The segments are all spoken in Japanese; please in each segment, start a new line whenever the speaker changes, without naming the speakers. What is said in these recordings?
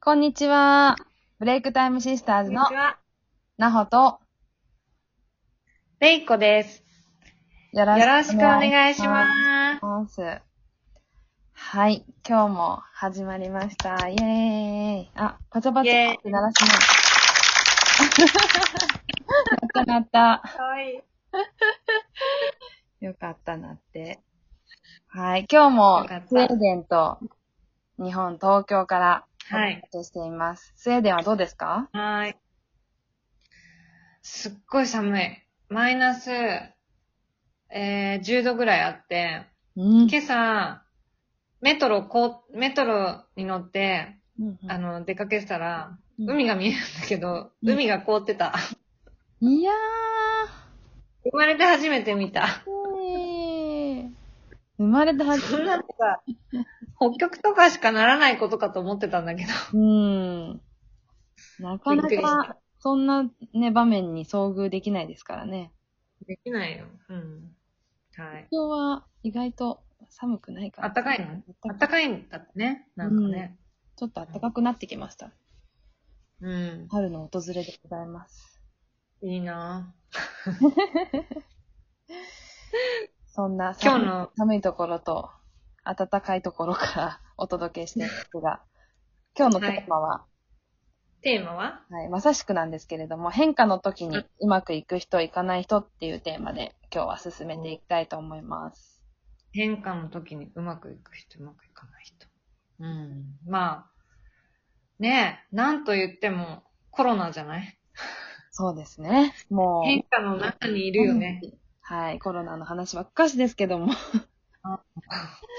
こんにちは。ブレイクタイムシスター
こ
ズ
んに
の
ちは。
なほと、
レイコです。
よ
よろしくお願いし
す。
ます。
はい。今日も始まりました。イエーイ。あ、パチャパチ
イエー
ャ
イ
って鳴らし ない。なったなっ
かわいい。
た。よかったなって。はい。今日も
よかった
スウェーデンと日本、東京から
はい
お届けしています。スウェーデンはどうですか
はーい。すっごい寒い。マイナス、えー、10度ぐらいあって、
うん
今朝、メトロ、こう、メトロに乗って、あの、出かけてたら、
うん
海が見えるんだけど、
うん
海が凍ってた。
いやー。
生まれて初めて見た。
生まれたは
そ
ず。
んなのが、北極とかしかならないことかと思ってたんだけど。
うん。なかな
びっくりし
か、そんなね、場面に遭遇できないですからね。
できないよ。うん。はい。
今日は意外と寒くないか
あ
ら。
ったかいのあったかいんだってね。なんかね。
ちょっと暖かくなってきました。
うん。
春の訪れでございます。
いいな
そんな
今
寒い
日の
寒いところと暖かいところからお届けしていますが、今日のテーマは、
テーマは
はい、まさしくなんですけれども、変化の時にうまくいく人、いかない人っていうテーマで今日は進めていきたいと思います。
変化の時にうまくいく人、うまくいかない人。うん。まあ、ねえ、なんと言ってもコロナじゃない
そうですね。もう。
変化の中にいるよね。。
はい、コロナの話ばっかしですけども。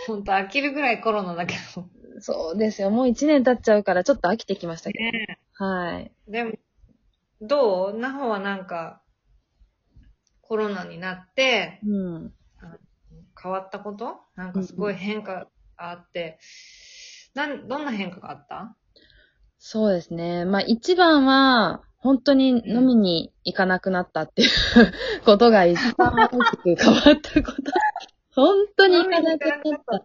ほんと飽きるぐらいコロナだけど。
そうですよ。もう一年経っちゃうからちょっと飽きてきましたけ
ね
ど。はい。
え。でも、どうなほはなんか、コロナになって、
うん。
変わったことなんかすごい変化があって、なん、どんな変化があった
そうですね。まあ一番は、本当に飲みに行かなくなったって いうことが一番大きく変わった こと。本当に行かなくなった。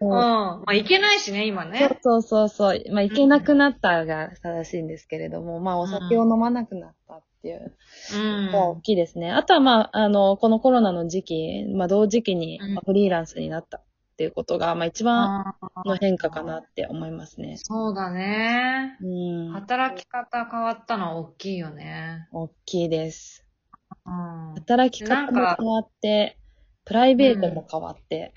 う
も
ん。
う
まあ、いけないしね、今ね。
そうそうそうそう。まあ、いけなくなったが正しいんですけれども、まあ、お酒を飲まなくなったっていう
うん
のが大きいですね。あとは、まあ、あの、このコロナの時期、まあ、同時期に
うん
まあフリーランスになったっていうことが、まあ、一番
あー
の変化かなって思いますね。
そうだね。
うん。
働き方変わったのは大きいよね。
大きいです。
うん。
働き方も変わって、プライベートも変わって。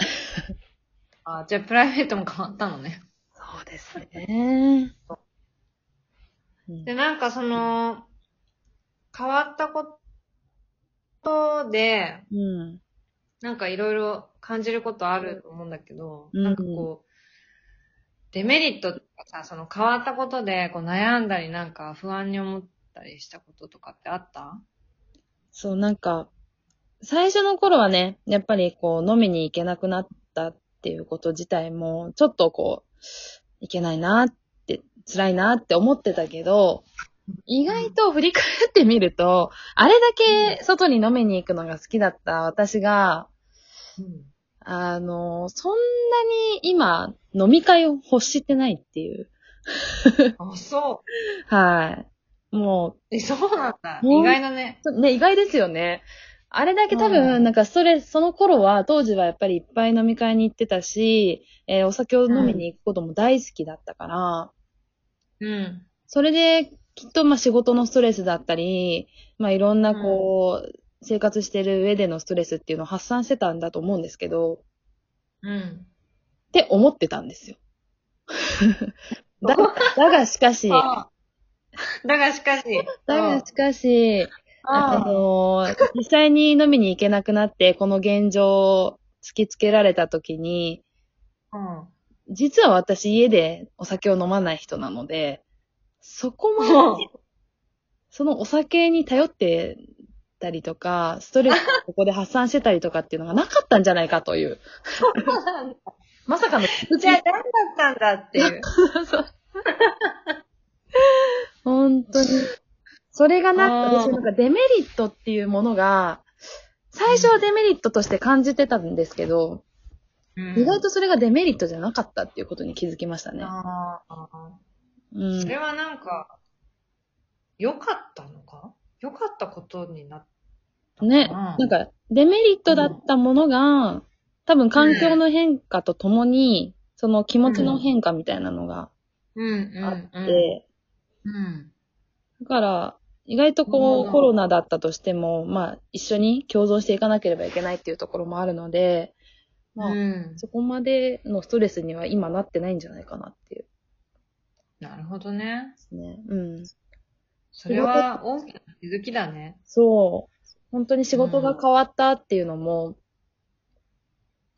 あじゃあ、プライベートも変わったのね。
そうですね。うん
で、なんかその、変わったことで、
うん。
なんかいろいろ感じることあると思うんだけど、
うん
なんかこう、デメリットとかさ、その変わったことでこう悩んだりなんか不安に思ったりしたこととかってあった
そう、なんか、最初の頃はね、やっぱりこう、飲みに行けなくなったっていうこと自体も、ちょっとこう、いけないなって、辛いなって思ってたけど、意外と振り返ってみると、あれだけ外に飲みに行くのが好きだった私が、
うん。
あの、そんなに今、飲み会を欲してないっていう。
あ、そ
はい。もう、
う。え、そうなんだ。
うん
意外だね。
ね、意外ですよね。あれだけ多
う
分、
ん
なんかそれ、その頃は、当時はやっぱりいっぱい飲み会に行ってたし、えーお酒を飲みに行くことも大好きだったから、
うん。
それで、きっと、まあ仕事のストレスだったり、まあいろんなこう、生活してる上でのストレスっていうのを発散してたんだと思うんですけど、
うん。
って思ってたんです よ。だだがしかし、
あ だがしかし。
だがしかし、あ
あ
のー実際に飲みに行けなくなって、この現状を突きつけられた時に、
うん。
実は私家でお酒を飲まない人なので、そこ
う
まで、そのお酒に頼ってたりとか、ストレスをここで発散してたりとかっていうのがなかったんじゃないかという。まさかの、
ん。じゃあ、何だったんだっていう。
本当に。それがなん
あー
か、私なんかデメリットっていうものが、最初はデメリットとして感じてたんですけど、意外
と。
とそれがデメリットじゃなかったっていうことに気づきましたね。
ああ。
うん
そ。れはなんか、良かったのか良かったことになっ
ね。
た
なんか、デメリットだったものが、多分環境の変化とともに、その気持ちの変化みたいなのが
うんうん
あ
うん。
って、
うん。
だから、意外とこ
う
う、
ん
コロナだったとしても、まあ、一緒に共存していかなければいけないっていうところもあるので、まあ、
うん
そこまでのストレスには今なってないんじゃないかなっていう
なるほどね。
ですね。うん。
それは大きな気づきだね。
そう。本当に仕事が変わったっていうのも、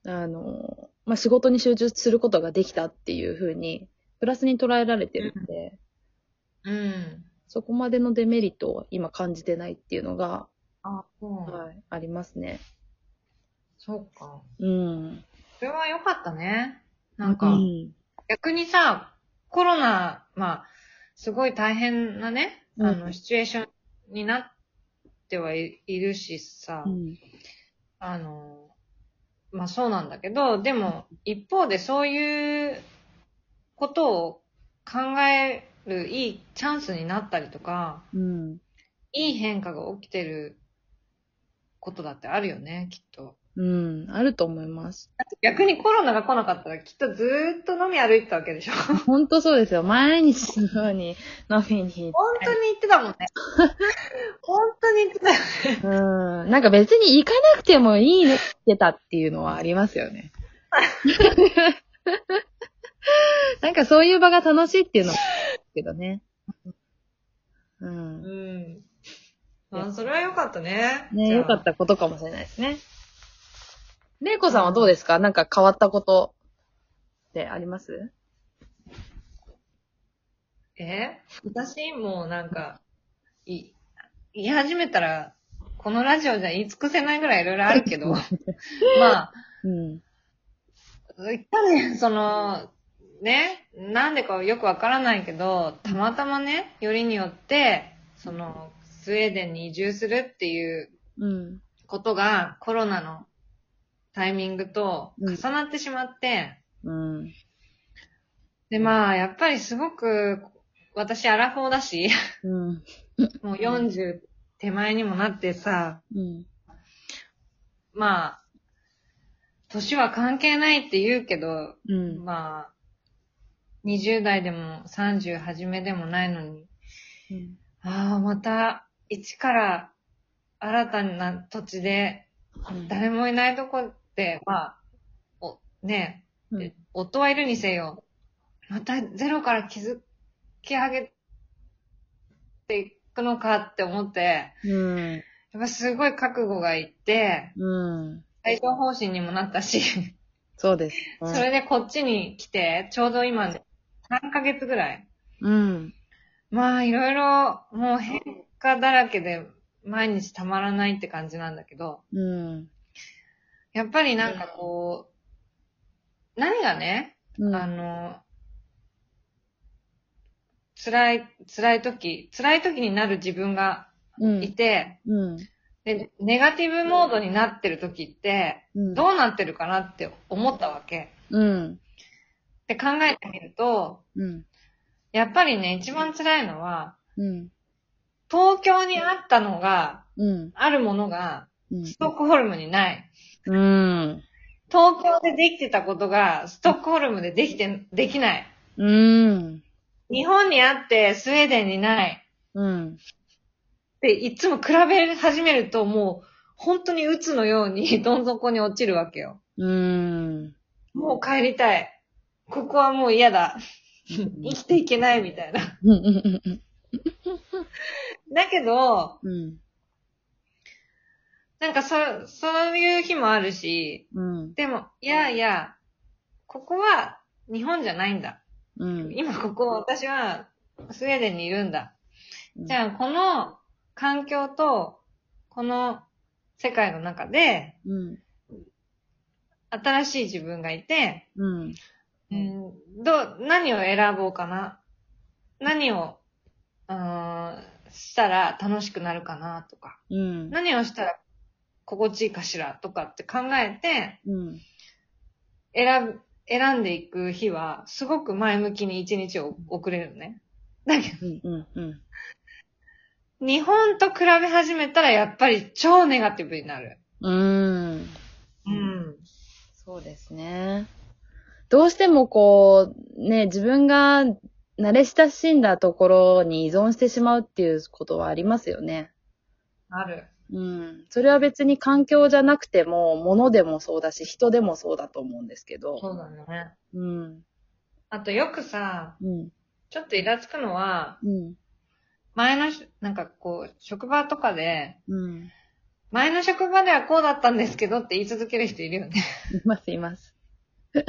あの、まあ、仕事に集中することができたっていうふうに、プラスに捉えられてるんで、
うん。
そこまでのデメリットを今感じてないっていうのが、
あ、そう。
はい、ありますね。
そうか。
うん。
それは良かったね。なん
う
か、
ん。
逆にさ、コロナ、まあ、すごい大変なね、あ
う
の、
ん
シチュエーションになってはいいるしさ、
うん。
あの、まあそうなんだけど、でも一方でそういうことを考えるいいチャンスになったりとか、
うん。
いい変化が起きてることだってあるよね、きっと。
うん。あると思います。
逆にコロナが来なかったらきっとずーっと飲み歩いてたわけでしょ。本
本当そうですよ。毎日のように飲みに行っ
当に言ってたもんね。本当に言ってたよね。
て。うん。なんか別に行かなくてもいいねってたっていうのはありますよね。 なんかそういう場が楽しいっていうのもあるけどね。うん。
うん。まあそれは良かったね。
ね
じゃあ
良かったことかもしれないですね。れいこさんはどうですかなんか変わったことってあります
え私、もうなんか、い、言い始めたら、このラジオじゃ言い尽くせないぐらいいろいろあ るけど、まあ、
うん。
いかね、その、ね、なんでかよくわからないけど、たまたまね、よりによって、その、スウェーデンに移住するっていう
うん。
ことが、コロナのタイミングと重なってしまって、
うん。
で、まあ、やっぱりすごく、私、アラフォーだし、
うん。
もう40手前にもなってさ、
うん。
まあ、年は関係ないって言うけど、
うん。
まあ、20代でも30初めでもないのに、
うん
ああ、また、一から新たな土地で、誰もいないとこって、まあ、お、ね
うん
え、夫はいるにせよ、またゼロから築き上げていくのかって思って、
うん。
やっぱすごい覚悟がいって、
うん。
帯状方針にもなったし、
そうです。
それでこっちに来て、ちょうど今、3ヶ月ぐらい。
うん。
まあ、いろいろ、もう変化だらけで、毎日たまらないって感じなんだけど、
うん。
やっぱりなんかこう、何がね、
うん。
あの、辛い、辛い時、辛い時になる自分が
うん。
いて、
うん。
で、ネガティブモードになってる時って、
うん。
どうなってるかなって思ったわけ。
うん。
で考えてみると、
うん。
やっぱりね、一番辛いのは、
うん。
東京にあったのが、
うん。
あるものが、
うん。
ストックホルムにない。
うん。
東京でできてたことが、ストックホルムでできて、できない。
うん。
日本にあって、スウェーデンにない。
うん。
で、いつも比べ始めると、もう、本当に鬱のように、どん底に落ちるわけよ。
うん。
もう帰りたい。ここはもう嫌だ。生きていけないみたいな。だけど、
うん。
なんかそ、そういう日もあるし、
うん。
でも、いやいや、ここは日本じゃないんだ。
うん。
今ここ私はスウェーデンにいるんだ。じ
あ、
ゃあこの環境とこの世界の中で
うん。
新しい自分がいて、
うん。
うんどう、何を選ぼうかな。何を、うーんしたら楽しくなるかなとか、
うん。
何をしたら心地いいかしらとかって考えて、
うん。
選ぶ、選んでいく日は、すごく前向きに一日を送れるのね。だけど、
うんうんうん。
日本と比べ始めたらやっぱり超ネガティブになる。
うーん。
うん。
そうですね。どうしてもこう、ね、自分が慣れ親しんだところに依存してしまうっていうことはありますよね。
ある。
うん。それは別に環境じゃなくても、物でもそうだし、人でもそうだと思うんですけど。
そうだね。
うん。
あとよくさ、
うん。
ちょっとイラつくのは、
うん。
前のし、なんかこう、職場とかで、
うん。
前の職場ではこうだったんですけどって言い続ける人いるよ ね。
います、います。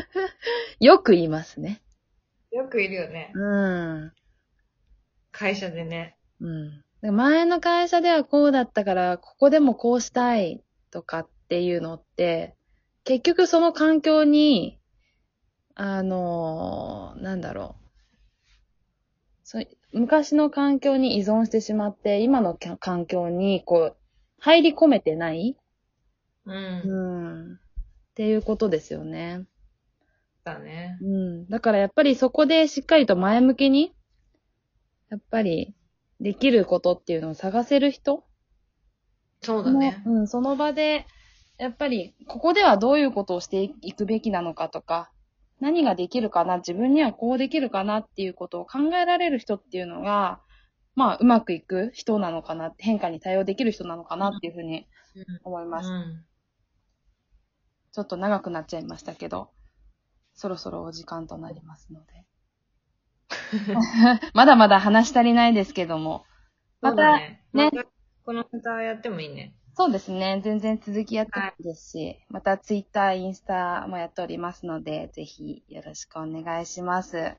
よく言いますね。
よくいるよね。
うん。
会社でね。
うん。前の会社ではこうだったから、ここでもこうしたいとかっていうのって、結局その環境に、あのーなんだろう。そう昔の環境に依存してしまって、今のきゃ環境にこう、入り込めてない、
うん。
うん、っていうことですよね。
だね。
うん。だからやっぱりそこでしっかりと前向きに、やっぱりできることっていうのを探せる人
そうだ
も
ね。
うん、その場で、やっぱりここではどういうことをしていくべきなのかとか、何ができるかな、自分にはこうできるかなっていうことを考えられる人っていうのが、まあ、うまくいく人なのかな、変化に対応できる人なのかなっていうふうに思います。
うん。
ちょっと長くなっちゃいましたけど、そろそろお時間となります ので。 まだまだ話し足りないですけども。ま
ま
た、そう
た、ね。
ね
またこのネタやってもいいね。
ですね。全然続きやってもいいですし、またツイッター、インスタもやっておりますので、ぜひよろしくお願いします。